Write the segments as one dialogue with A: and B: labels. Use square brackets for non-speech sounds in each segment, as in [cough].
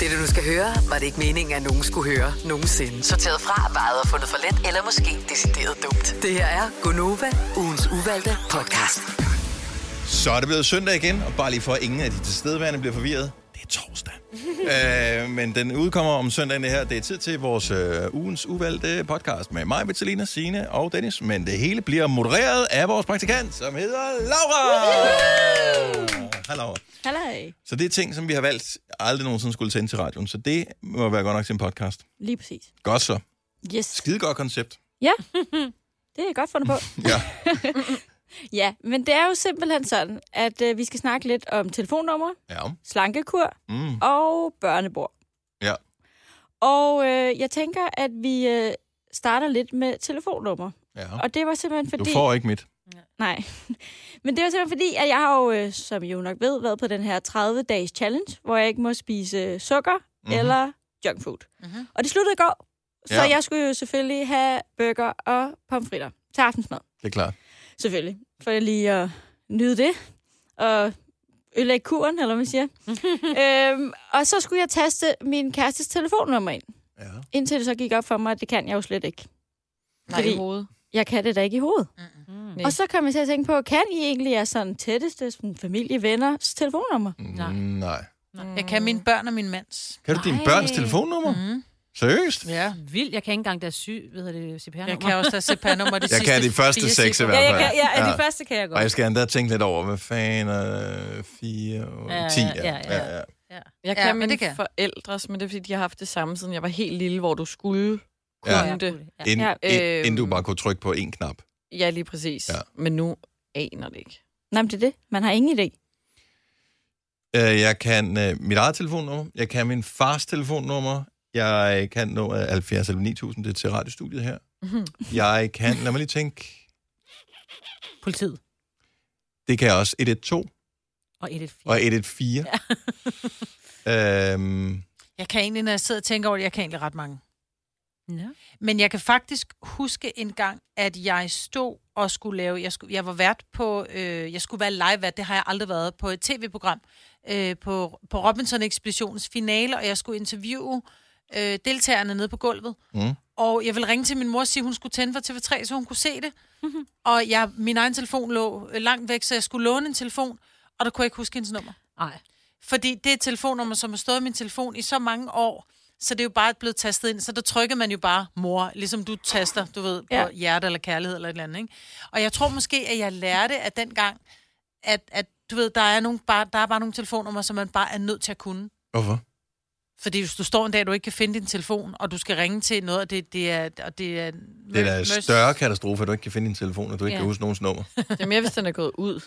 A: Dette, du skal høre, var det ikke meningen, at nogen skulle høre nogensinde. Sorteret fra, vejet og fundet for let, eller måske decideret dumt. Det her er Gonova, ugens uvalgte podcast.
B: Så er det blevet søndag igen, og bare lige for at ingen af de tilstedeværende bliver forvirret, det er torsdag. øh, men den udkommer om søndagen det her. Det er tid til vores øh, ugens uvalgte podcast med mig, Bettelina, Sine og Dennis. Men det hele bliver modereret af vores praktikant, som hedder Laura. Hej Laura.
C: Halløj.
B: Så det er ting, som vi har valgt aldrig nogensinde skulle sende til radioen. Så det må være godt nok til en podcast.
C: Lige præcis.
B: Godt så.
C: Yes.
B: Skide godt koncept.
C: Ja, det er godt fundet på.
B: Ja.
C: [laughs] Ja, men det er jo simpelthen sådan, at øh, vi skal snakke lidt om telefonnumre,
B: Ja.
C: slankekur
B: Mm.
C: og børnebord.
B: Ja.
C: Og øh, jeg tænker, at vi øh, starter lidt med telefonnumre.
B: ja.
C: Og det var simpelthen fordi...
B: Du får ikke mit.
C: Nej. [laughs] Men det var simpelthen fordi, at jeg har jo, øh, som I jo nok ved, været på den her 30-dages challenge, hvor jeg ikke må spise sukker mm-hmm. eller junk food. Mm-hmm. Og det sluttede i går, så
B: Mhm. Ja.
C: ja. jeg skulle jo selvfølgelig have burger og pomfritter til aftensmad.
B: Det er klart.
C: Selvfølgelig. For lige at nyde det. Og ødelægge kuren, eller hvad man
D: [laughs]
C: siger. øhm, og så skulle jeg taste min kærestes telefonnummer ind.
B: Ja.
C: Indtil det så gik op for mig, at det kan jeg jo slet ikke.
E: Nej,
C: Fordi-
E: i hovedet.
C: Jeg kan det da ikke i hovedet. Mm.
E: Nej.
C: Og så kom jeg til at tænke på, kan I egentlig jeres sådan tætteste sådan familie, venners telefonnummer?
E: Nej.
B: Mm, Nej.
E: Jeg kan mine børn og min mands.
B: Kan du dine
D: Nej. Mhm.
B: børns telefonnummer? Mm. Seriøst?
E: Ja.
D: Vildt, jeg kan ikke engang deres syg, ved det, CPR-nummer.
E: Jeg kan også da se per nummer det
B: Jeg
E: sidste
B: kan de første
E: fire
B: seks i
E: cifre.
B: hvert
D: Ja,
B: fald.
D: jeg kan, ja, ja. de første kan jeg godt.
B: Og jeg skal endda tænke lidt over, hvad fanden er 4,
D: Ja,
B: 10?
D: ja, ja.
B: ja.
D: Ja.
E: Ja,
F: Jeg kan ja,
E: men
F: mine
E: det kan jeg.
F: forældres, men det er fordi, de har haft det samme, siden jeg var helt lille, hvor du skulle kunne
B: Ja.
F: ja.
D: Ja.
F: det.
D: Ja.
B: Ind,
C: Ja.
B: ind,
F: Øhm.
B: inden du bare kunne trykke på en knap.
F: Ja, lige præcis.
B: Ja.
F: Ja. Men nu aner det ikke. [laughs]
C: Nej, men det er det. Man har ingen idé.
B: Øh, Jeg kan øh, mit eget telefonnummer, jeg kan min fars telefonnummer, jeg kan nå 70 eller 9000, det er til radiostudiet her. Jeg kan, lad mig lige tænke,
D: Politiet
B: det kan jeg også 112
D: og 114.
B: og 114. Ja. øhm,
E: Jeg kan egentlig, når jeg sidder og tænker over det, jeg kan egentlig ret mange.
D: Ja.
E: Men jeg kan faktisk huske en gang, at jeg stod og skulle lave... Jeg, skulle, jeg var vært på... Øh, jeg skulle være live vært, det har jeg aldrig været, på et tv-program øh, på, på Robinson Expeditions finale, og jeg skulle interviewe øh, deltagerne nede på gulvet.
B: Mm.
E: Og jeg ville ringe til min mor og sige, at hun skulle tænde for TV3, så hun kunne se det. og jeg, min egen telefon lå øh, langt væk, så jeg skulle låne en telefon, og der kunne jeg ikke huske hendes nummer.
D: Nej.
E: Fordi det er et telefonnummer, som har stået i min telefon i så mange år, så det er jo bare blevet tastet ind. Så der trykker man jo bare mor, ligesom du taster, du ved, på ja.
C: Ja.
E: hjerte eller kærlighed eller et eller andet. Ikke? Og jeg tror måske, at jeg lærte at dengang, at, at du ved, der er, nogle, bare, der er bare nogle telefonnummer, som man bare er nødt til at kunne.
B: hvorfor?
E: Fordi hvis du står en dag, du ikke kan finde din telefon, og du skal ringe til noget, og det, det er... Og det er,
B: Det er da en større katastrofe, at du ikke kan finde din telefon, og du ikke
D: Ja.
B: kan huske nogens nummer.
F: Jamen, jeg vidste, den er gået ud.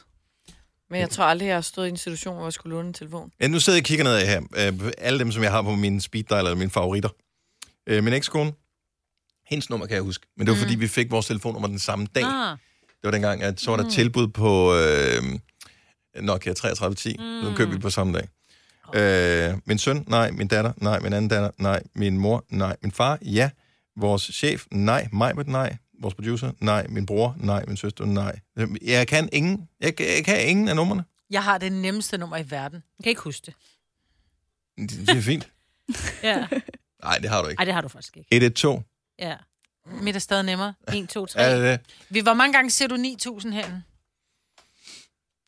F: Men jeg tror aldrig, jeg har stået i en situation, hvor jeg skulle låne en telefon.
B: Ja, nu sidder jeg og kigger ned her. Øh, alle dem, som jeg har på min speed dial, eller mine favoritter. Øh, min ekskone, hendes nummer kan jeg huske. Men det var, mm. fordi vi fik vores telefonnummer den samme dag. Ah.
D: Ah,
B: Det var dengang, at så var der mm. tilbud på øh, Nokia 3310. Mm. Den købte vi på samme dag. Øh, min søn, nej. Min datter, nej. Min anden datter, nej. Min mor, nej. Min far, ja. Vores chef, nej. Mig, nej. Vores producer, nej. Min bror, nej. Min søster, nej. Jeg kan ingen. Jeg, kan- jeg kan ingen af numrene.
E: Jeg har det nemmeste nummer i verden.
D: jeg kan ikke huske det.
B: Det, det er fint.
D: Ja.
B: Nej, det har du ikke.
D: Ej, det har du faktisk ikke.
B: 112.
D: Ja.
E: Mit er stadig nemmere.
D: 1, 2, 3.
B: Er det det?
E: Vi, hvor mange gange siger du 9.000 herinde?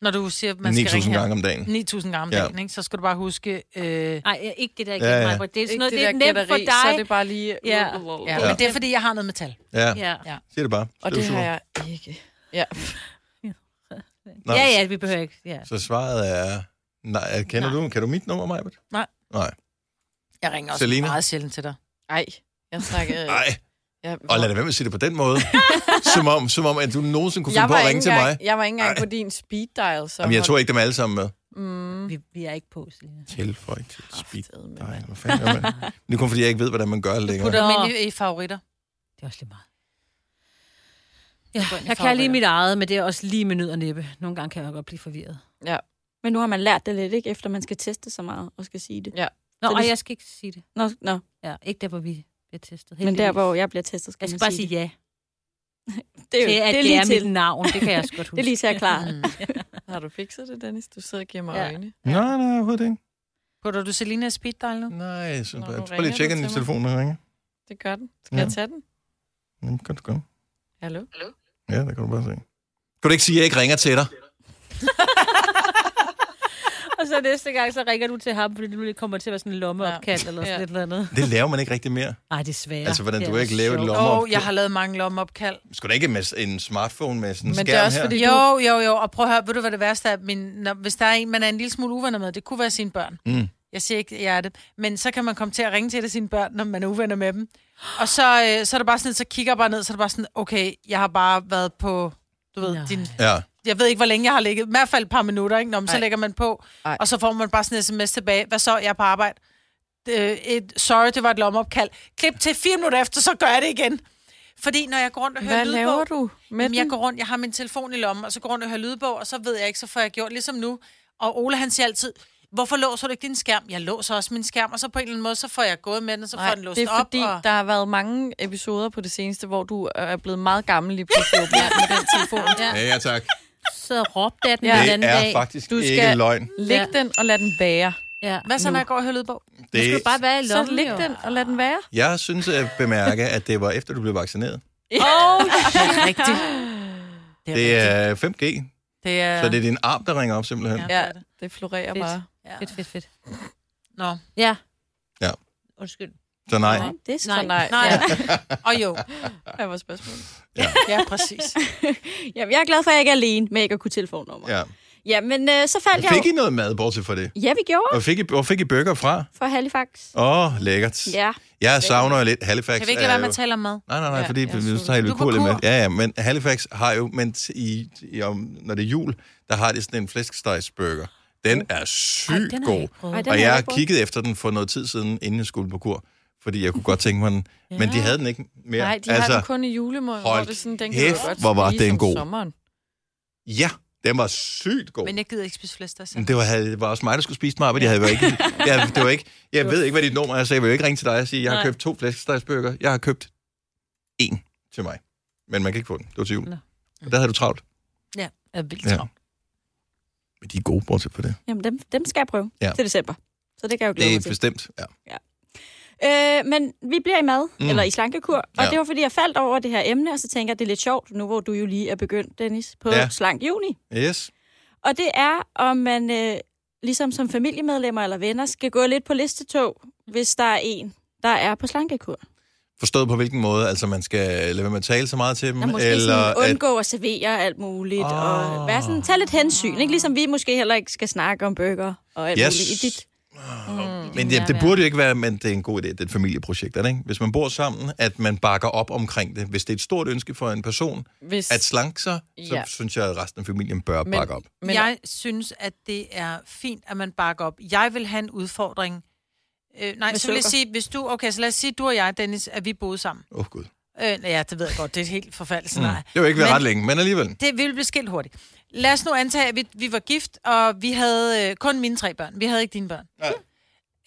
E: Når du siger, at man skal ringe
B: 9.000
E: her.
B: gange om dagen.
F: Mm.
E: 9.000 gange om
B: Ja.
E: dagen, ikke? Så skal du bare huske... Øh... Ja.
D: Nej, ikke det der igen,
B: Ja, ja.
D: ja, ja. Det er sådan noget, det,
F: Ikke
D: er nemt for dig.
F: så er det bare lige...
D: Ja.
E: Ja. Men det er, fordi jeg har noget med tal.
B: Ja,
D: Ja.
E: Ja.
B: siger det bare.
F: Og det har
B: Støvsuger.
F: jeg ikke. Ja.
B: Nå,
D: ja, ja, vi behøver ikke. Ja.
B: Så svaret er... Nej, kender
D: Nej.
B: du? Kan du mit nummer, Majbert?
E: Nej.
B: Nej.
E: Jeg ringer også
B: Selina?
E: Selina. meget sjældent til dig.
F: Ej, jeg snakker...
B: Nej,
F: Jeg,
B: og lad det være med at sige det på den
F: [laughs]
B: måde. som, om, som om, at du nogensinde kunne finde
F: jeg
B: på
F: var,
B: at
F: ikke
B: ringe til mig.
F: engang, jeg var ikke engang på din speed dial, så...
B: Jamen, jeg tog ikke dem alle sammen med.
F: Mm,
D: Vi, vi er ikke på, Selina.
B: Tilføj til speed.
F: Kraftedeme,
B: Nej, hvad fanden gør
F: [laughs]
B: man? Men Det er kun fordi, jeg ikke ved, hvordan man gør det
E: Du
B: længere.
E: putter
D: Nå.
E: dem ind i, i favoritter.
D: Det er også lige meget. Ja,
E: går ind i
D: jeg kan lige
E: favoritter.
D: mit eget, men det er også lige med nød og næppe. Nogle gange kan jeg godt blive forvirret.
F: ja.
C: Men nu har man lært det lidt, ikke? Efter man skal teste så meget og skal sige det.
F: Ja.
D: Nå,
C: Så
D: og
C: det-
D: jeg skal ikke sige det.
C: Nå, nå.
D: Ja, ikke der, hvor vi bliver testet.
C: men der, hvor jeg bliver testet, skal
D: Jeg skal
C: man
D: bare sige ja.
C: det. Det, er,
D: Det
C: jo- det
D: er, at
C: er
D: det
C: lige
D: er
C: til.
D: mit navn, det kan jeg også godt
C: [laughs]
D: huske.
C: Det er lige til at klare.
E: Mm.
F: Har du fikset det, Dennis? Du sidder og giver mig
D: Ja.
F: øjne.
B: Nej, nej, overhovedet ikke.
E: Putter du Selina i speed dial nu?
B: Nej, jeg synes,
F: Nå,
B: bare-
F: nu
B: jeg tror bare lige,
F: ringer
B: at tjekke
F: den
B: den i
F: til mig.
B: telefonen, når ringer.
F: Det gør den. Skal
B: Ja.
F: ja. jeg tage den?
B: Jamen, kan du gøre.
F: Hallo?
B: Ja, der kan du bare se. Kan du ikke sige, at jeg ikke ringer til dig?
D: Og så næste gang, så ringer du til ham, fordi du lige kommer til at være sådan en lommeopkald eller sådan
F: Ja.
D: et eller andet.
B: Det laver man ikke rigtig mere.
D: Nej, desværre.
B: Altså, hvordan
D: Det
B: du
D: er
B: ikke laver et
D: sjovt.
E: Åh,
B: lommeopkald.
E: oh, jeg har lavet mange lommeopkald.
B: Skulle da ikke med en smartphone med sådan en skærm
F: Men det er også
B: her?
F: fordi-
E: Jo, jo, jo. Og prøv at høre, ved du, hvad det værste er? Min, når, hvis der er en, man er en lille smule uvenner med, det kunne være sine børn.
B: Mm.
E: Jeg siger ikke, jeg er det. Men så kan man komme til at ringe til et af sine børn, når man er uvenner med dem. Og så, øh, så er det bare sådan, så kigger jeg bare ned, så er det bare sådan, okay, jeg har bare været på, du ved,
D: Nej.
E: din,
B: Ja,
E: jeg ved ikke, hvor længe jeg har ligget. I hvert fald et par minutter, ikke? Nå, men så
F: Ej.
E: lægger man på,
F: Ej.
E: og så får man bare sådan en sms tilbage. Hvad så? Jeg er på arbejde. Øh, et, sorry, det var et lommeopkald. Klip til fire minutter efter, så gør jeg det igen. Fordi når jeg går rundt og hører
F: Hvad
E: lydbog,
F: laver du med
E: Jamen,
F: den?
E: jeg går rundt, jeg har min telefon i lommen, og så går rundt og hører lydbog, og så ved jeg ikke, så får jeg gjort ligesom nu. Og Ole, han siger altid, hvorfor låser du ikke din skærm? Jeg låser også min skærm, og så på en eller anden måde, så får jeg gået med den, og så får
F: Nej,
E: den låst
F: det er
E: op.
F: fordi,
E: og...
F: der har været mange episoder på det seneste, hvor du er blevet meget gammel lige pludselig åbenbart med den telefon.
B: ja, ja tak.
D: Så råbte jeg den
F: Ja.
D: ja.
F: Det
D: den
B: Det
D: anden
B: er
D: dag.
B: faktisk
F: Du
B: ikke
F: skal-
B: løgn.
F: Læg
D: Ja.
F: den og lad den være.
D: Ja.
E: Hvad så, når jeg går og hører lydbog?
D: Nu skal
B: Det,
D: du bare være i
F: Så
D: lommen,
F: læg
D: jo.
F: den og lad den være.
B: jeg synes at bemærke, at det var efter, du blev vaccineret.
D: Åh, det er
E: [laughs]
D: rigtigt.
B: Det er 5G,
E: det er...
B: så det er din arm, der ringer op simpelthen.
E: Ja.
F: Ja, det florerer
D: Fedt.
F: bare.
E: Ja.
D: Fedt, fedt, fedt.
E: Nå.
D: Ja.
B: Ja.
D: Undskyld.
B: Så nej.
C: Nej, det er så
D: Nej.
C: nej.
F: Nej,
E: Nej.
F: Ja,
E: Og
F: [laughs]
E: jo.
F: det var spørgsmål.
E: Ja, præcis.
C: Jamen, jeg er glad for, at jeg ikke er alene med ikke at kunne telefonnummer. Ja,
B: Ja.
C: ja men øh, så faldt jeg
B: Fik
C: jo-
B: I noget mad, bortset fra det?
C: Ja, vi gjorde
B: Og fik I, hvor fik I bøger fra?
C: for Halifax.
B: Åh, oh, lækkert.
C: Ja.
B: Jeg savner jo lidt Halifax.
E: Kan vi ikke lade være med at tale om mad?
B: Nej, nej, nej,
F: Ja,
B: fordi
F: jeg
B: vi
F: så
B: tager
E: det.
B: helt
E: Du er på
B: vildt med.
E: kur.
B: Ja, ja, men Halifax har jo, men t- i, i, om, når det er jul, der har de sådan en flæskestegsburger. Den er sygt
D: den har jeg
B: god.
D: ikke prøvet.
C: Ej, den
B: Og
C: har
B: jeg
C: ikke prøvet.
B: kiggede efter den for noget tid siden, inden jeg skulle på kur, fordi jeg kunne godt tænke mig den. Men de havde den ikke mere.
F: Nej, de altså, har den kun i julemåned, hvor
B: hold
F: det sådan, den
B: kæft,
F: kan du godt
B: hvor var
F: spise
B: den
F: om
B: god.
F: Sommeren.
B: Ja, den var sygt god.
E: Men jeg gider ikke spise flæsk, altså. der
B: Men det var, havde- det var også mig, der skulle spise mig, men jeg havde jo ikke... Jeg, det var ikke jeg ved ikke, hvad dit nummer er, så jeg vil jo ikke ringe til dig og sige, jeg har
D: Nej.
B: købt to flæskestegsbøger. Jeg har købt en til mig. Men man kan ikke få den. Det var til jul.
D: Nå.
B: Og der havde du travlt.
D: Jeg er vildt
B: Ja.
D: travlt.
B: Men de er gode, bortset for det.
C: Jamen, dem, dem skal jeg prøve
B: Ja.
C: ja. til december. Så det kan jeg jo glæde
B: Det
C: mig
B: er
C: til.
B: bestemt, ja.
C: Øh, men vi bliver i mad,
B: Mm.
C: mm. eller i slankekur. Og
B: Ja.
C: ja. det var, fordi jeg faldt over det her emne, og så tænker jeg, det er lidt sjovt, nu hvor du jo lige er begyndt, Dennis, på
B: Ja.
C: ja. slank juni.
B: Yes.
C: Og det er, om man øh, ligesom som familiemedlemmer eller venner skal gå lidt på listetog, hvis der er en, der er på slankekur.
B: Forstået på hvilken måde? Altså, man skal lade være med at tale så meget til dem?
C: Og måske Mm, eller sådan undgå at... at servere alt muligt, oh.
B: Ah.
C: og være sådan, tage lidt hensyn, ikke? ligesom vi måske heller ikke skal snakke om bøger og alt
B: Jeg
C: muligt i dit
B: Mm, men det, det
D: nærvær.
B: burde jo ikke være, men det er en god idé, det er et familieprojekt, er det ikke? Hvis man bor sammen, at man bakker op omkring det. Hvis det er et stort ønske for en person
F: Hvis,
B: at slanke sig, så
F: Ja.
B: synes jeg, at resten af familien bør
F: Men-
B: bakke op.
E: Men... Jeg synes, at det er fint, at man bakker op. Jeg vil have en udfordring. Øh, nej,
C: Med
E: så vil jeg
C: sukker.
E: sige, hvis du... Okay, så lad os sige, du og jeg, Dennis, at vi boede sammen.
B: Åh, oh, gud.
E: Øh, ja, det ved jeg godt. Det er et helt forfærdeligt
B: Mm.
E: scenarie.
B: Det var ikke været
E: Men-
B: ret længe, men alligevel.
E: Det, vi ville blive skilt hurtigt. Lad os nu antage, at vi, vi var gift, og vi havde øh, kun mine tre børn. Vi havde ikke dine børn.
B: Nej.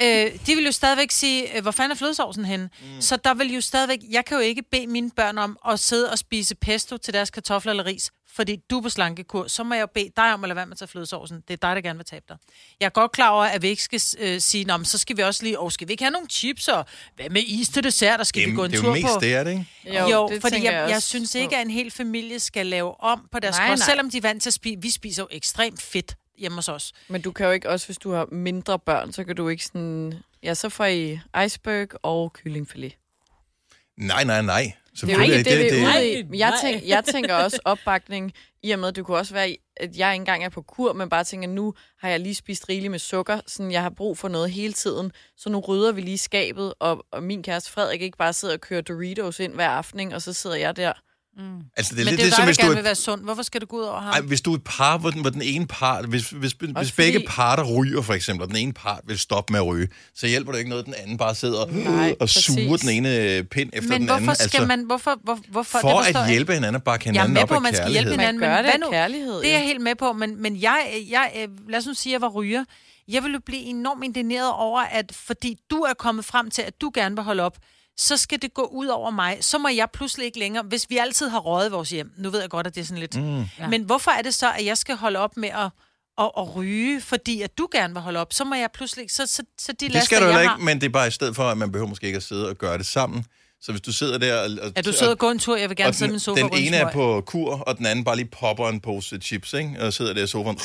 E: Øh, de ville jo stadigvæk sige, øh, hvor fanden er flødesovsen henne? Mm. Så der vil jo stadigvæk... Jeg kan jo ikke bede mine børn om at sidde og spise pesto til deres kartofler eller ris, fordi du er på slankekur. Så må jeg jo bede dig om at lade være med at tage flødesovsen. Det er dig, der gerne vil tabe dig. Jeg er godt klar over, at vi ikke skal øh, sige, Nå, men så skal vi også lige... Åh, skal vi ikke have nogle chips? Og hvad med is til dessert? Og skal
B: Det,
E: vi
B: er-
E: gå en
B: det er
E: tur
B: jo mest
E: på...
B: det, er det, ikke?
E: Jo, jo
F: det
E: fordi
F: tænker
E: jeg, jeg, jeg
F: også
E: synes
F: på.
E: ikke, at en hel familie skal lave om på deres
F: Nej,
E: kost,
F: nej.
E: selvom de er vant til at spise. Vi spiser jo ekstremt fedt hjemme hos os.
F: Men du kan jo ikke også, hvis du har mindre børn, så kan du ikke sådan... Ja, så får I iceberg og kyllingfilet.
B: Nej, nej, nej.
F: Det er jo ikke det, det, det,
D: Nej,
F: ude i. Men Jeg,
D: nej.
F: tænk, jeg tænker også opbakning, i og med, at det kunne også være, at jeg ikke engang er på kur, men bare tænker, nu har jeg lige spist rigeligt med sukker, sådan jeg har brug for noget hele tiden, så nu rydder vi lige skabet, og, og min kæreste Frederik ikke bare sidder og kører Doritos ind hver aften, ikke? og så sidder jeg der.
B: altså, det er
E: Men
B: lidt
E: det er jo
B: det,
E: dig,
B: som
E: der
B: hvis du
E: gerne
B: er
E: vil være sund. Hvorfor skal du gå ud over ham?
B: Ej, hvis du er et par, hvor den, hvor den ene part, hvis, hvis, hvis
F: Også
B: begge
F: fordi-
B: parter ryger for eksempel, og den ene part vil stoppe med at ryge, så hjælper det ikke noget, at den anden bare sidder
F: Nej,
B: og suger
F: præcis.
B: den ene øh, pind efter
E: men
B: den
E: hvorfor
B: anden. Altså,
E: skal man... Hvorfor, hvor, hvorfor,
B: For
E: forstår
B: at
E: jeg
B: hjælpe hinanden og bakke
E: Jeg er
B: hinanden
E: med
B: op
E: på,
B: af
E: at man skal hjælpe
B: kærlighed.
E: hinanden,
F: Man
E: men
F: gør det
E: hvad
F: af
E: nu?
F: kærlighed,
E: Det er jeg
F: jo.
E: helt med på, men, men jeg, jeg, øh, lad os nu sige, at jeg var ryger. Jeg ville jo blive enormt indineret over, at fordi du er kommet frem til, at du gerne vil holde op, så skal det gå ud over mig. Så må jeg pludselig ikke længere, hvis vi altid har røget vores hjem. Nu ved jeg godt, at det er sådan lidt... Mm. Men hvorfor er det så, at jeg skal holde op med at at, at ryge, fordi at du gerne vil holde op, så må jeg pludselig... Så, så, så de
B: Det
E: laster,
B: skal du
E: jeg
B: heller
E: har...
B: ikke, men det er bare i stedet for, at man behøver måske ikke at sidde og gøre det sammen. Så hvis du sidder der og... og
E: Ja, du sidder og går en tur, jeg vil gerne
B: og
E: sidde med
B: den,
E: en sofa
B: den
E: og ryge en
B: ene er
E: smøg.
B: på kur, og den anden bare lige popper en pose chips, ikke? Og sidder der i sofaen.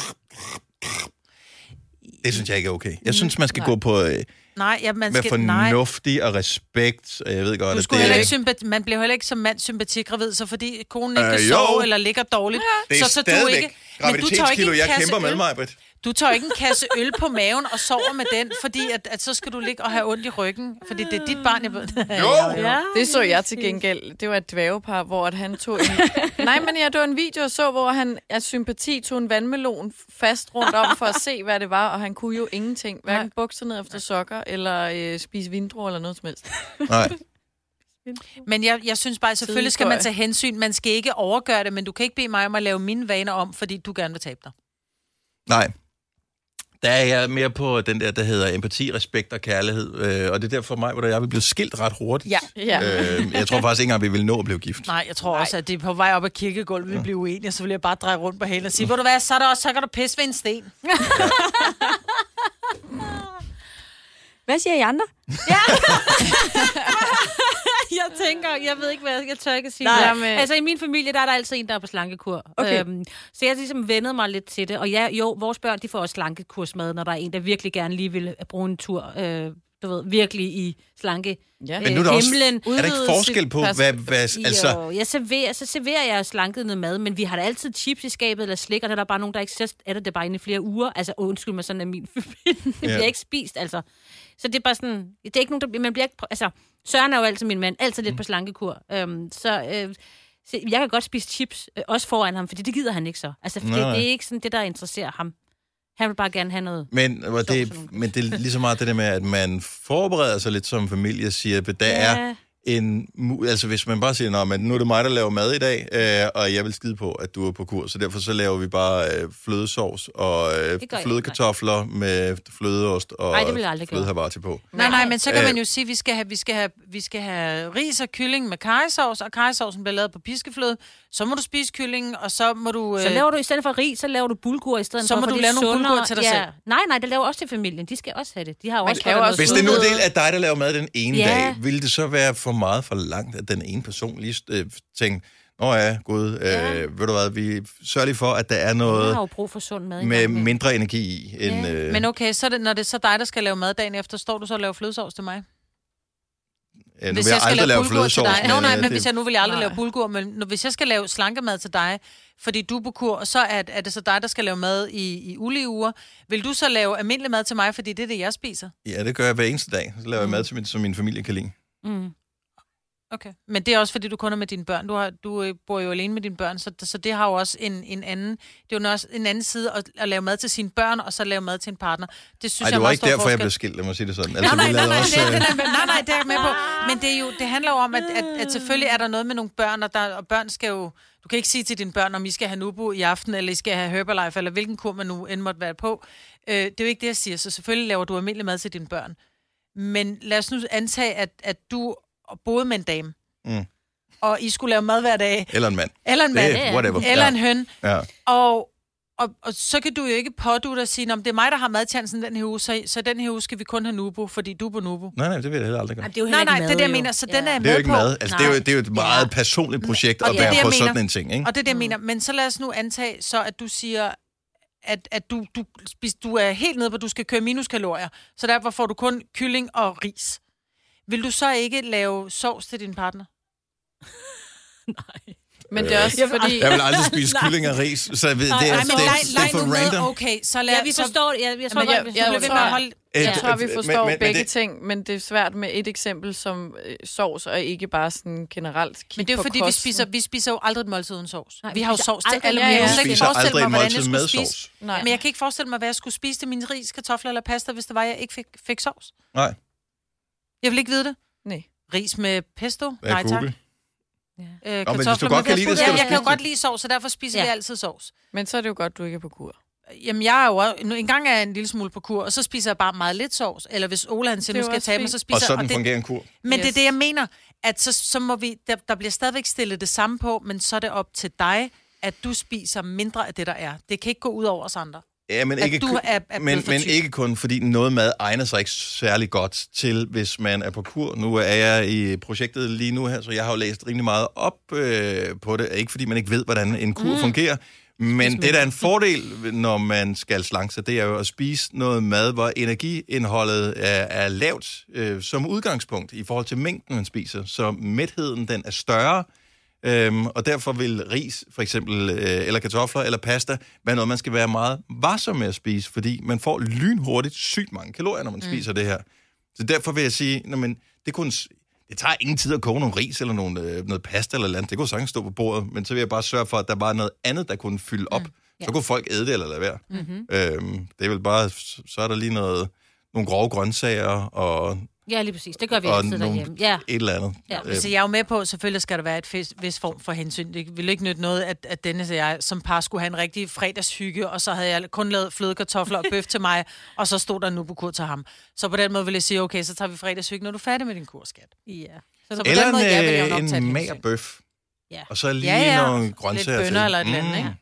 B: Det synes jeg ikke er okay. Jeg synes, man skal gå på... Øh,
E: Nej, ja, man
B: med
E: skal... Nej.
B: fornuftig og respekt. Og Jeg ved godt,
E: Du
B: at
E: skulle
B: det
E: heller
B: er...
E: ikke sympati- man blev heller ikke som mand sympatigravid, så fordi konen ikke
B: Øh,
E: øh, kan
B: jo.
E: sove eller ligger dårligt,
B: det er
E: så, så du
B: stadigvæk
E: ikke... Men du tager ikke
B: graviditetskilo,
E: en
B: jeg
E: kasse
B: kæmper med
E: øl.
B: mig, Britt.
E: Du tager ikke en kasse øl på maven og sover med den, fordi at, at så skal du ligge og have ondt i ryggen, fordi det er dit barn, jeg ved.
B: Jo!
D: Ja.
F: Det så jeg til gengæld. Det var et dværgepar, hvor at han tog en...
E: [laughs]
F: Nej, men jeg tog en video og så, hvor han af sympati tog en vandmelon fast rundt om for at se, hvad det var, og han kunne jo ingenting. Hverken bukser ned efter sokker, eller øh, spise vindruer, eller noget som helst.
B: Nej,
E: Men jeg, jeg synes bare, at selvfølgelig skal man
F: Sidehistorie.
E: tage hensyn. Man skal ikke overgøre det, men du kan ikke bede mig om at lave mine vaner om, fordi du gerne vil tabe dig.
B: nej. Der er jeg mere på den der, der hedder empati, respekt og kærlighed. Øh, og det er derfor mig, hvor jeg vil blive skilt ret hurtigt.
E: Ja.
F: Ja.
B: Øh, jeg tror faktisk ikke engang, vi vil nå at blive gift.
E: Nej, jeg tror Nej. også, at det er på vej op ad kirkegulvet, vi bliver uenige, så vil jeg bare dreje rundt på halen og sige, hvor du hvad, så, er der også, så kan du pisse ved en sten.
C: Hvad siger I andre?
D: [laughs] jeg tænker, jeg ved ikke, hvad jeg, jeg tør ikke at sige.
C: Nej.
D: Nej,
F: men-
D: men... Altså, i min familie, der er der altid en, der er på slankekur.
C: Okay.
D: Øhm, så jeg har ligesom vendet mig lidt til det. Og ja, jo, vores børn, de får også slankekurs med, når der er en, der virkelig gerne lige vil bruge en tur, øh, du ved, virkelig i slanke.
F: Ja.
D: øh,
B: Men nu er der, også,
D: himlen,
B: er der
D: udvide
B: ikke forskel på,
F: sit
B: hvad, hvad,
D: sit-
B: altså,
D: Jo, øh, jeg serverer, så serverer jeg slanket noget mad, men vi har da altid chips i skabet eller slik, og der er der bare nogen, der ikke så er det, det bare inde i flere uger. Altså, undskyld mig, sådan er min [laughs] familie. Det bliver
B: Ja.
D: ikke spist, altså. Så det er bare sådan, det er ikke nogen, der, man bliver ikke, pr- altså, Søren er jo altid min mand, altid
B: Mm.
D: lidt på slankekur. Øhm, så, øh, så, jeg kan godt spise chips, øh, også foran ham, fordi det gider han ikke så. Altså, for det,
B: Nej.
D: det, er ikke sådan det, der interesserer ham. Han vil bare gerne have noget.
B: men, hvor
D: Sjovt, sådan
B: det, men det er lige så meget det der med, at man forbereder sig lidt som familie, siger, at der er
D: Ja,
B: en... mu- Altså, hvis man bare siger, at nu er det mig, der laver mad i dag, øh, og jeg vil skide på, at du er på kurs, så derfor så laver vi bare øh, flødesovs og øh,
D: Det gør jeg
B: flødekartofler med flødeost og
D: Ej, det ville jeg aldrig gøre.
B: flødehavarti på.
E: Nej, nej, men så kan
B: Øh.
E: man jo sige, at vi skal have, vi skal have, vi skal have ris og kylling med kajsovs, og kajsovsen bliver lavet på piskefløde. Så må du spise kyllingen, og så må du... øh,
D: Så laver du i stedet for ris, så laver du bulgur i stedet
E: Så
D: for,
E: må
D: for
E: du
D: det er
E: lave nogle
D: sundere.
E: bulgur til dig selv.
D: Nej, nej, det laver også til familien. De skal også have det. De har jo også
F: kan jo
D: fået
F: også
D: noget
B: Hvis det nu er
D: sundhed.
B: del af dig, der laver mad den ene
D: Ja.
B: dag, ville det så være for meget for langt, at den ene person lige øh, tænkte, Nå ja, gud, øh,
D: Ja.
B: ved du hvad, vi sørger lige for, at der er noget
D: Jeg har jo brug for sund mad.
B: med
D: men...
B: mindre energi i. End,
D: Ja.
B: øh,
E: Men okay, så er det, når det er så dig, der skal lave mad dagen efter, står du så og laver flødesovs til mig?
B: ja, nu vil jeg aldrig lave flødesovs.
E: til dig. Nå, nej,
B: øh,
E: men hvis jeg nu vil jeg aldrig
F: Nej.
E: lave bulgur, men når, hvis jeg skal lave slankemad til dig, fordi du er på kur, og så er, er det så dig, der skal lave mad i, i ulige uger, vil du så lave almindelig mad til mig, fordi det er det, jeg spiser?
B: Ja, det gør jeg hver eneste dag. Så laver jeg mad til min, som min familie kan lide.
D: Mm.
E: Okay. Men det er også, fordi du kun er med dine børn. Du, har, du øh, bor jo alene med dine børn, så, så det har jo også en, en anden... Det er jo også en anden side at, at lave mad til sine børn, og så lave mad til en partner. Det synes
B: Nej,
E: jeg er
B: det var
E: meget
B: ikke
E: stor
B: derfor, jeg
E: forskel.
B: blev skilt, lad mig sige det sådan.
E: Nej,
B: Altså,
E: nej,
B: vi
E: nej,
B: lavede
E: nej,
B: også...
E: det, er,
B: øh,
E: det, er, nej, nej, det er jeg med på. Men det, er jo, det handler jo om, at, at, at selvfølgelig er der noget med nogle børn, og, der, og børn skal jo... Du kan ikke sige til dine børn, om I skal have Nubo i aften, eller I skal have Herbalife, eller hvilken kur man nu end måtte være på. Øh, det er jo ikke det, jeg siger, så selvfølgelig laver du almindelig mad til dine børn. Men lad os nu antage, at, at du boede med en dame,
B: Mm.
E: og I skulle lave mad hver dag,
B: Eller en mand.
E: eller en mand,
B: Det er whatever.
E: eller en høn,
B: Ja. ja.
E: og, og, og så kan du jo ikke pådute dig og sige, "Nå, men det er mig, der har madtjansen den her uge, så, så den her uge skal vi kun have Nubo, fordi du er på Nubo.
B: Nej, nej, det vil jeg heller aldrig gøre.
D: Ej, det er jo
E: Nej,
D: heller
E: nej,
D: ikke
E: det
D: mad,
E: er det, jeg
D: jo.
E: mener. Så den er jeg
B: Det er jo
E: med
B: ikke
E: på.
B: mad. Altså, det, er jo,
D: Nej.
B: det er jo et meget personligt projekt
E: Og
B: at
E: det er
B: være
E: det, jeg
B: på
E: mener.
B: sådan en ting, ikke?
E: Og det er det, jeg mener. Men så lad os nu antage så, at du siger, at, at du, du, spis- du er helt nede på, at du skal køre minuskalorier. Så derfor får du kun kylling og ris. Vil du så ikke lave sovs til din partner?
F: Men det er også fordi...
B: Jeg vil aldrig
E: [laughs]
B: spise kylling og ris, så jeg ved, det er,
E: Ej,
B: det,
E: men
B: det,
E: leg,
B: det
E: leg
B: er
E: nu
B: for
E: med,
B: random.
E: okay, så lad
D: Ja, vi forstår det. Jeg, jeg tror,
F: Men
D: godt,
F: jeg-
D: vi
F: jeg-
E: Bliv
D: forstår
E: ved
D: det.
E: med at holde...
B: Et-
F: Jeg tror, vi forstår
B: men-
F: men,
B: men- men
F: begge
B: det-
F: det... ting, men det er svært med et eksempel som øh, sovs, og ikke bare sådan generelt kigge
E: Men det er jo
F: på
E: fordi, vi
F: kosten.
E: spiser, vi spiser jo aldrig et måltid uden sovs.
D: Nej,
E: vi
D: vi
E: har jo
D: spiser
E: sovs til
D: aldrig-
E: alle
D: Ja, ja,
E: mulige.
B: Jeg
E: Jeg
D: ja.
E: kan slet ikke
B: spiser
E: forestille
B: aldrig
E: mig,
B: et
E: hvordan
B: måltid
E: jeg
B: med
E: skulle spise.
B: sovs.
F: Nej.
E: Men jeg kan ikke forestille mig, hvad jeg skulle spise til min ris, kartofler eller pasta, hvis det var, jeg ikke fik, fik sovs.
B: Nej,
E: Jeg vil ikke vide det.
F: Nej.
E: Ris med pesto?
B: jeg er Google.
E: Øh,
B: Nå, men hvis
E: kartofler
B: du godt
E: med
B: kan lide det,
E: pesto.
B: skal
E: ja,
B: du
E: jeg kan
B: spise
E: jo godt
B: det.
E: lide sovs, så derfor spiser
D: Ja.
E: ja. vi altid sovs.
F: Men så er det jo godt, du ikke er på kur.
E: Jamen, jeg er jo også- nu, en gang er jeg en lille smule på kur, og så spiser jeg bare meget lidt sovs. Eller hvis Ola han siger,
F: Det er jo
E: nu skal jeg
F: også
E: tabe mig,
F: fint.
E: så
B: Og
E: spiser jeg...
B: sådan
E: det,
B: fungerer en kur.
E: men det er
F: Yes.
E: det, jeg mener, at så, så må vi... Der, der bliver stadigvæk stillet det samme på, men så er det op til dig, at du spiser mindre af det, der er. Det kan ikke gå ud over os andre.
B: Ja, men
E: At
B: ikke,
E: du
B: ku-
E: er- er blevet
B: men,
E: for
B: men
E: tyk.
B: ikke kun, fordi noget mad egner sig ikke særlig godt til, hvis man er på kur. Nu er jeg i projektet lige nu her, så jeg har jo læst rimelig meget op øh, på det. Ikke fordi man ikke ved, hvordan en kur mm. fungerer, men det der er en fordel, når man skal slanke sig, det er jo at spise noget mad, hvor energiindholdet er, er lavt øh, som udgangspunkt i forhold til mængden, man spiser. Så mætheden, den er større, Øhm, og derfor vil ris, for eksempel, øh, eller kartofler, eller pasta, være noget, man skal være meget varsom med at spise, fordi man får lynhurtigt sygt mange kalorier, når man mm. spiser det her. Så derfor vil jeg sige, når man, det, kunne, s- det tager ingen tid at koge nogle ris, eller nogle, øh, noget pasta, eller andet. Det kunne sagtens stå på bordet, men så vil jeg bare sørge for, at der var noget andet, der kunne fylde op. Mm. Så kunne folk æde det, eller lade være. Mm-hmm. Øhm, det er vel bare, s- så er der lige noget, nogle grove grøntsager, og,
D: Ja, lige præcis. Det gør vi
B: og
D: altid derhjemme. Ja.
B: et eller andet.
D: Ja,
B: Øh,
E: Så jeg er jo med på, at selvfølgelig skal der være et fis- vis form for hensyn. Det ville ikke nytte noget, at, at Dennis og jeg som par skulle have en rigtig fredagshygge, og så havde jeg kun lavet flødekartofler og bøf til mig, og så stod der nu på kur til ham. Så på den måde ville jeg sige, okay, så tager vi fredagshygge, når du er færdig med din kurskat.
D: ja.
E: Så på
B: Eller
E: den måde, ja, vil jeg jo nok
B: en,
E: tage et
B: øh, en
E: hensyn.
B: magerbøf.
D: Ja.
B: Og så lige
E: Ja, ja.
B: nogle grøntsager
E: Lidt
B: til.
E: bønner
B: Mm.
E: eller et eller andet, ikke?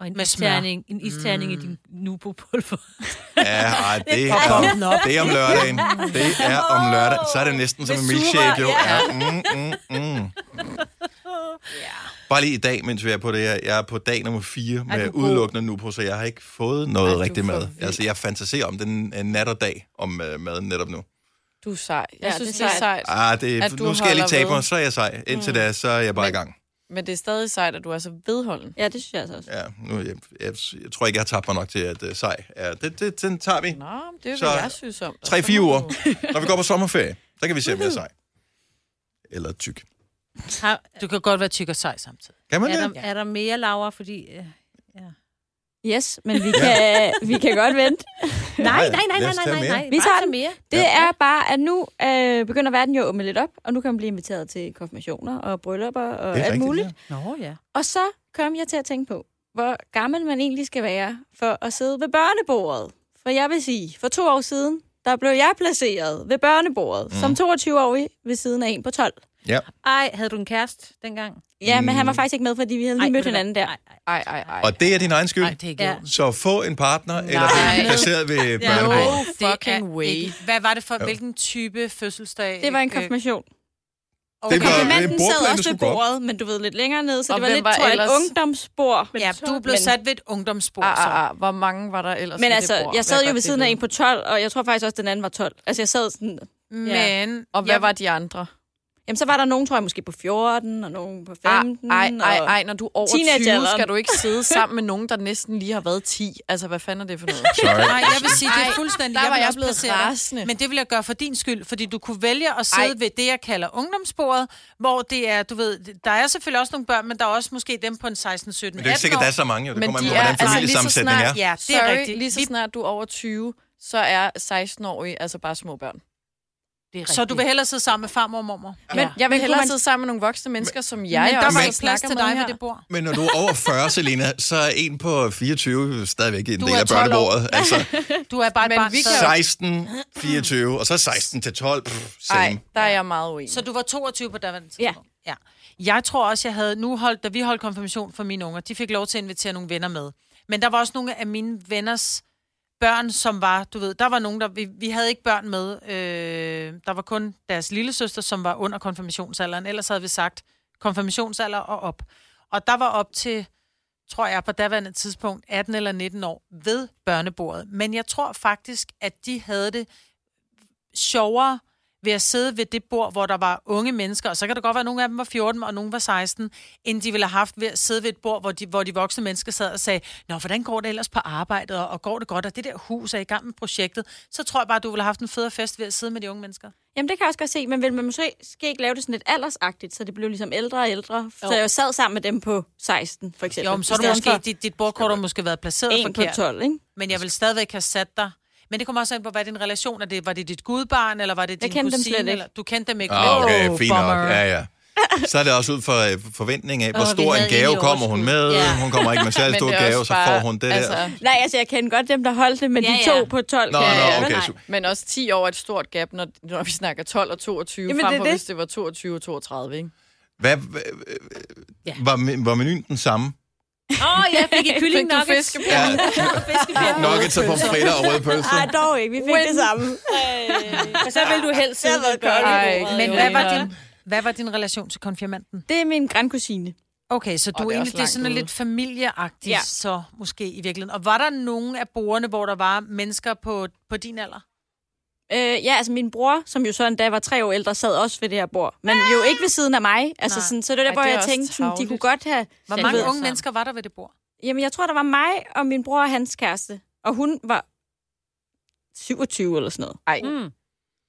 D: Og en
E: Med smør.
D: isterning, en isterning mm. i din nubopulver.
B: Mm. Ja, ej,
D: [laughs]
B: det, er
E: Og
B: om,
E: varme den op.
B: det er om lørdagen. Det er om lørdag. Så er det næsten som en
D: Med
B: milkshake, jo.
D: sugerør,
B: Ja. Mm, mm, mm. Bare lige i dag, mens vi er på det her. Jeg er på dag nummer 4
E: du
B: med
E: er god.
B: udelukkende nu på, så jeg har ikke fået noget
F: Ej, du
B: rigtig
F: er for
B: mad.
F: vild.
B: Altså, jeg fantaserer om den øh, nat og dag om øh, maden netop nu.
F: Du er sej. Jeg
C: Ja,
F: ja, synes,
C: det
F: det
C: er
F: er sejt.
B: Ah, det,
F: At du
B: nu skal jeg lige
F: holder
B: tabe
F: ved.
B: mig, så er jeg sej. Indtil da, så er jeg bare i
F: Men-
B: gang.
F: Men det er stadig sejt, at du er så vedholden.
C: Ja, det synes jeg altså også.
B: Ja, nu, jeg, jeg, jeg tror ikke, jeg har tabt mig nok til, at uh, sej er... Det, det, den tager vi.
F: Nå, men det er
B: Så-
F: så, hvad jeg synes om. dig. Så
B: 3-4
F: må
B: uger.
F: du-
B: Når vi går på sommerferie, så kan vi se, om jeg er sej. Eller tyk.
D: Har,
E: Du kan godt være tyk og sej samtidig.
B: Kan man
D: er,
B: det?
D: der, er der mere, Laura? Fordi... Øh,
C: Yes, men vi kan, [laughs] vi kan godt vente.
D: Nej, nej, nej,
B: lad
D: nej,
B: os
D: nej,
B: tage
D: nej,
B: mere.
D: nej.
C: Vi
D: Bare
C: tager
D: tage
C: den.
D: mere.
C: Det ja. er bare, at nu øh, begynder verden jo at åbne lidt op, og nu kan man blive inviteret til konfirmationer og bryllupper og alt rigtigt, muligt.
D: Nå, ja.
C: Og så kom jeg til at tænke på, hvor gammel man egentlig skal være for at sidde ved børnebordet. For jeg vil sige, for to år siden, der blev jeg placeret ved børnebordet, mm. som 22-årig ved siden af en på 12.
D: Ej, havde du en kæreste dengang?
C: Ja, mm. men han var
B: Mm.
C: faktisk ikke med, fordi vi havde lige
D: Ej,
C: mødt
D: ved du hvad?
C: hinanden der.
D: Ej, ej.
F: Ej, ej, ej.
B: Og det er din egen skyld.
E: Nej, det er ikke
D: Ja.
E: ja.
B: Så få en partner, nej. eller
E: Nej.
B: blive placeret ved børnebordet.
F: No fucking way.
E: Hvad var det for,
B: Jo.
E: hvilken type fødselsdag?
C: Det var en
E: øh,
C: konfirmation.
E: okay.
B: Det var-
C: Konfirmanden
B: bordplan,
C: sad
B: du
C: også ved
B: skulle gå op.
C: bordet, men du ved, lidt længere ned, så
F: Og
C: det var
F: hvem
C: lidt,
F: var
C: tror jeg, et
F: ellers?
C: ungdomsspor.
E: Ja, du blev
C: Men-
E: sat ved et ungdomsspor,
F: Ah,
E: så.
F: ah, ah. Hvor mange var der ellers
C: Men
F: ved
C: altså,
F: det bord?
C: jeg
F: Hvad
C: sad jo
F: var
C: ved
F: det
C: siden af
F: ved?
C: en på 12, og jeg tror faktisk også, den anden var 12. Altså, jeg sad sådan...
E: Mm. Men...
F: Og hvad
E: jeg-
F: var de andre?
C: Jamen, så var der nogen, tror jeg, måske på 14, og nogen på 15.
F: Ah, Ej, ej,
C: og-
F: ej, når du er over 20,
C: Teenagealderen.
F: skal du ikke sidde sammen med nogen, der næsten lige har været 10. Altså, hvad fanden er det for noget?
B: Sorry.
E: Nej, jeg vil sige, det er fuldstændig...
F: der var
E: vil
F: jeg
E: også
F: blevet
E: placere dig.
F: rasende.
E: Men det vil jeg gøre for din skyld, fordi du kunne vælge at sidde
F: Ej.
E: Ej. ved det, jeg kalder ungdomsbordet, hvor det er, du ved, der er selvfølgelig også nogle børn, men der er også måske dem på en 16, 17,
B: Men det er ikke sikkert, at der er så mange. jo. Det
F: Men
B: kommer an
F: de
B: på,
F: er-
B: hvordan
F: altså, lige så
B: familiesammensætningen er.
F: snart-
E: Ja, det er
F: Sorry,
E: rigtigt.
F: lige så
E: Vi-
F: snart du er over 20, så er 16-årige altså bare små børn.
D: Det er
E: Så du vil hellere sidde sammen med farmor og mormor.
F: Men ja. jeg
C: men
F: vil
C: kunne
F: hellere
C: man-
F: sidde sammen med nogle voksne mennesker, som jeg
E: Men der
F: også
E: var
B: men-
E: ikke plads
F: snakker med
E: til dig
F: her.
E: ved det bord.
B: Men når du er over 40, Selina, så er en på 24 stadigvæk en
E: Du
B: del
E: er
B: af
E: 12 år.
B: børnebordet. Altså
E: Du er bare et
F: Men
E: barn.
F: vi
E: Så,
F: kan-
B: 16, 24, og så 16 til 12. Pff,
F: Nej,
B: same.
F: der er jeg meget uenig.
E: så du var 22 på daværende
C: Ja.
E: tidspunkt. Ja. Jeg tror også, jeg havde... Nu holdt, da vi holdt konfirmation for mine unger, de fik lov til at invitere nogle venner med. Men der var også nogle af mine venners børn, som var, du ved, der var nogen, der, vi, vi havde ikke børn med, øh, der var kun deres lille søster, som var under konfirmationsalderen, ellers havde vi sagt konfirmationsalder og op. Og der var op til, tror jeg, på daværende tidspunkt 18 eller 19 år ved børnebordet. Men jeg tror faktisk, at de havde det sjovere ved at sidde ved det bord, hvor der var unge mennesker, og så kan det godt være, at nogle af dem var 14, og nogle var 16, end de ville have haft ved at sidde ved et bord, hvor de, hvor de voksne mennesker sad og sagde, Nå, hvordan går det ellers på arbejdet, og, og går det godt, og det der hus er i gang med projektet, så tror jeg bare, at du ville have haft en federe fest ved at sidde med de unge mennesker.
C: Jamen, det kan jeg også godt se, men vil man måske skal ikke lave det sådan lidt aldersagtigt, så det blev ligesom ældre og ældre. Jo. Så jeg sad sammen med dem på 16, for eksempel.
E: Jo, men
C: i
E: så har du
C: stedet
E: måske,
C: for
E: dit, dit bordkort har måske været placeret
C: en
E: forkert,
C: på 12, ikke?
E: men jeg vil stadigvæk have sat dig. Men det kommer også an på, hvad din relation er. Det, var det dit gudbarn, eller var det din
C: kendte dem
E: kusine?
C: slet ikke.
E: Eller, du kendte dem ikke.
B: Ah, okay,
E: Åh,
B: fint
E: bummer.
B: nok. Ja, ja. Så er det også ud fra øh, forventning af, hvor
D: Åh, vi
B: stor en
D: havde
B: gave
D: egentlig
B: kommer hun med.
D: overskud. Ja.
B: Hun kommer
F: [laughs]
B: ikke med særlig
F: Men
B: stor
F: det er
B: gave, så
F: også
B: får
F: bare-
B: hun det der.
C: Nej, altså, jeg kender godt dem, der holdt det, men ja,
D: Ja,
C: de to
D: ja.
C: ja. på 12.
B: Nå,
C: kan jeg-
B: nå, okay.
D: nej.
B: super.
F: Men også 10 år er et stort gap, når, når vi snakker 12 og 22,
C: Jamen, det er
F: Jamen, frem for
C: det.
F: hvis det var 22 og 32, ikke?
B: Hvad, hvad,
D: Ja.
B: var, me- var menuen den samme?
D: Åh, oh, jeg fik et kylling
F: Fik du
D: nok. [laughs]
F: fiskepinde?
B: Nuggets og pomfritter og røde pølser.
C: Nej, dog ikke. Vi fik Win. det samme.
D: Og så vil du helst sidde
C: var
D: ved børnebordet,
F: godt. Ej,
D: jo.
E: Men hvad var, din, hvad var din relation til konfirmanden?
C: [laughs] Det er min grandkusine.
E: Okay, så du
F: det
E: det
F: er
E: egentlig,
F: også
E: det er
F: langt
E: sådan
F: ude.
E: lidt familieagtigt,
C: Ja.
E: ja. så måske i virkeligheden. Og var der nogen af bordene, hvor der var mennesker på, på din alder?
C: Øh, ja, altså min bror, som jo så endda var tre år ældre, sad også ved det her bord. Men jo ikke ved siden af mig. Altså,
E: Nej.
C: sådan, så det var der,
F: Ej,
C: hvor
F: det er
C: jeg
F: også
C: tænkte, sådan, de
F: tarveligt.
C: kunne godt have...
E: Hvor
D: Sat
E: mange
D: ved
E: unge
D: sammen.
E: mennesker var der ved det bord?
C: Jamen, jeg tror, der var mig og min bror og hans kæreste. Og hun var 27 eller sådan noget.
F: Ej,
D: Mm.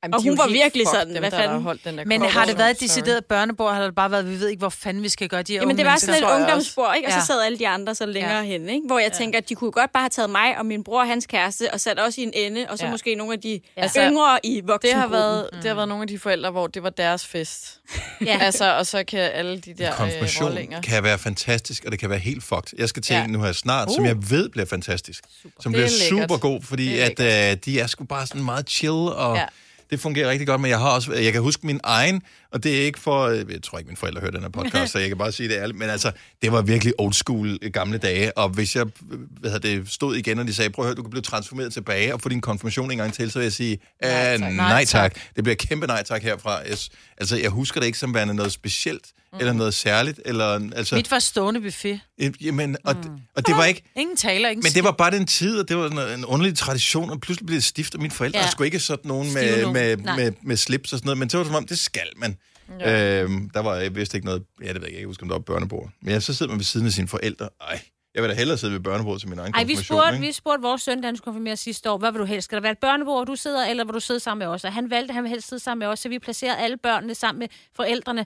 F: Jamen,
C: Og
F: de er
C: hun
F: jo
C: var
F: helt
C: virkelig
F: fucked,
C: sådan,
F: dem,
C: hvad
F: der har
C: fanden?
F: Holdt den der
E: Men
F: kop.
E: har det været et
F: Sorry.
E: decideret børnebord, eller har det bare været, vi ved ikke, hvor fanden vi skal gøre de her
C: Jamen,
E: unge
C: det var
E: mennesker?
C: sådan et
F: tror jeg
C: ungdomsbord, ikke? Og
E: Ja.
C: så sad alle de andre så længere
E: Ja.
C: ja. hen, ikke? Hvor jeg tænker, at de kunne godt bare have taget mig og min bror og hans kæreste og sat os i en ende, og så
F: Ja.
C: ja. måske nogle af de
F: Altså,
C: altså, yngre i voksengruppen.
F: Det har, været, det
C: Mm.
F: har været nogle af de forældre, hvor det var deres
C: [laughs]
F: fest.
D: Ja.
F: altså, og så kan alle de der øh,
B: Konfirmation
F: rollinger.
B: kan være fantastisk, og det kan være helt fucked. Jeg skal til
F: Ja.
B: ja. en nu her snart, uh. som jeg ved bliver fantastisk. Super. Som
F: Det er
B: bliver
F: lækkert.
B: super god, fordi
F: Det er
B: at, øh, de er sgu bare sådan meget chill, og
F: Ja.
B: ja. det fungerer rigtig godt. Men jeg har også, jeg kan huske min egen, og det er ikke for, øh, jeg tror ikke, mine forældre hørte den her [laughs] podcast, så jeg kan bare sige det ærligt, men altså, det var virkelig old school øh, gamle dage, og hvis jeg øh, hvad hedder det, stod igen, og de sagde, prøv at høre, du kan blive transformeret tilbage og få din konfirmation en gang til, så vil jeg sige, nej tak. Nej, tak. Det bliver kæmpe nej tak herfra. Jeg, s- altså, jeg husker det ikke som værende noget specielt, mm. eller noget særligt, eller, altså,
E: Mit var stående buffet.
B: øh, jamen, og, mm. og det var ikke,
E: Ingen taler, ingen
B: men det var bare den tid, og det var sådan en underlig tradition, og pludselig blev det stift, og mine forældre
D: Ja.
B: ja. skulle ikke sådan nogen
D: Stive
B: med,
D: nogen.
B: med,
D: Nej.
B: med, med slips og sådan noget, men det var som om, det skal man. Ja. Øhm, der var jeg vidste ikke noget, ja, det ved jeg ikke, jeg husker, om der var børnebord. Men ja, så sidder man ved siden af sine forældre. Ej, jeg vil da hellere sidde ved børnebordet til min egen
D: Ej, vi
B: konfirmation,
D: spurgte,
B: ikke?
D: vi spurgte vores søn, da han skulle konfirmere sidste år, hvad vil du helst? Skal der være et børnebord, hvor du sidder, eller hvor du sidder sammen med os? Og han valgte, at han ville helst sidde sammen med os, så vi placerede alle børnene sammen med forældrene.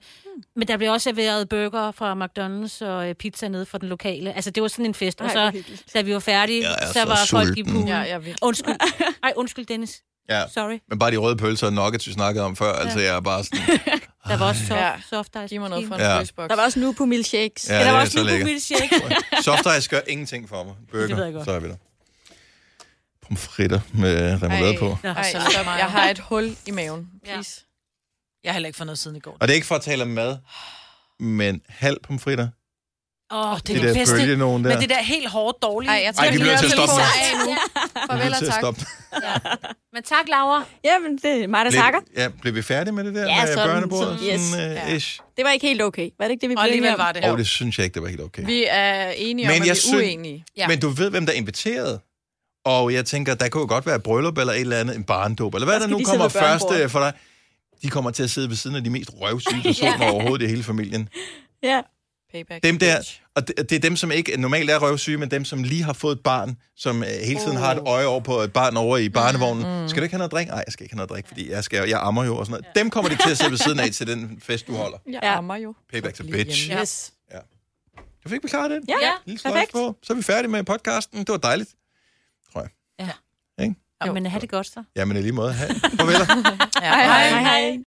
D: Men der blev også serveret burger fra McDonald's og øh, pizza nede fra den lokale. Altså, det var sådan en fest. Og
C: Ej, hvor
D: så,
C: hyggeligt.
D: da vi var færdige,
B: Jeg er
D: så
B: så
D: var folk i
B: sulten.
D: poolen.
F: Ja, jeg er virkelig.
D: Undskyld. Ej, undskyld, Dennis.
B: Ja,
D: Sorry.
B: men bare de røde pølser og nuggets, vi snakkede om før, ja. altså jeg er bare
D: [laughs]
B: sådan...
D: Der var også soft,
F: Ja.
D: ja. soft ice.
F: Giv mig noget
D: cream.
F: fra en
B: Ja.
F: fryseboks.
C: Der var også nu på milkshakes.
B: Ja,
D: Ja, der
B: det
D: var
B: er
D: også
B: så
D: en
B: lækkert. [laughs]
D: milkshake.
B: Soft ice gør ingenting for mig. Burger,
D: Det ved jeg godt.
B: så er vi der. Pomfritter med remoulade på.
F: Ej,
E: så
C: Altså,
F: ej, stop. Jeg har et hul i maven. Please.
E: Jeg har heller ikke fået noget siden i går.
B: Og det er ikke for at tale om mad, men halv pomfritter.
E: Åh, oh, det
B: Det
E: er
B: der
E: det bedste.
B: bølge nogen der.
E: Men det der helt hårdt dårlige.
F: Ej, jeg
B: Ej,
F: tager
B: vi
F: de
B: bliver
F: der
B: nødt til at stoppe
F: telefoner
B: nu.
F: af nu.
B: Vi er
F: Farvel
B: nødt
F: og
B: til at
F: tak.
B: stoppe.
D: Men tak, Laura.
C: Jamen, det er mig, der takker.
B: Blev, ja, blev vi færdige med det der
C: Ja,
B: med
C: sådan-
B: børnebordet?
C: sådan- yes.
B: Sådan, øh,
F: Ja.
B: ish.
C: Det var ikke helt okay. Var det ikke det, vi
E: Og
C: blev enige
E: alligevel
C: om?
E: var det.
B: Og det synes jeg ikke, det var helt okay.
F: Vi er enige
B: Men
F: om, at vi
B: jeg
F: er
B: synes-
F: uenige.
E: Ja.
B: Ja. Men du ved, hvem der er inviteret. Og jeg tænker, der kunne jo godt være et bryllup eller et eller andet, en barndåb, eller hvad
C: Der
B: der
C: skal
B: nu
C: de
B: kommer
C: sidde ved
B: først
C: børnebordet.
B: øh, for dig. De kommer til at sidde ved siden af de mest røvsyge personer ja. overhovedet i hele familien.
C: Ja.
F: Payback.
B: Dem der,
F: bitch.
B: og det, det er dem, som ikke normalt er røvsyge, men dem, som lige har fået et barn, som øh, hele tiden har et
C: Oh.
B: øje over på et barn over i barnevognen.
C: Mm.
B: Skal du ikke have noget drik? Nej, jeg skal ikke have noget drik, fordi jeg, skal, jeg ammer jo og sådan noget. Dem kommer de til at sidde ved siden af til den fest, du holder.
F: Jeg
C: Ja.
F: ammer jo.
B: Payback to
F: Lige hjemme.
B: bitch.
C: Ja. Yes.
B: Du fik vi klaret det?
C: Ja, ja.
B: Lille sløjf
C: Perfekt.
B: på. Så er vi færdige med podcasten. Det var dejligt.
D: Ja, men have det godt så.
B: Jamen i lige måde. Ha- Farvel.
E: Ja, hej.
C: Hej, hej.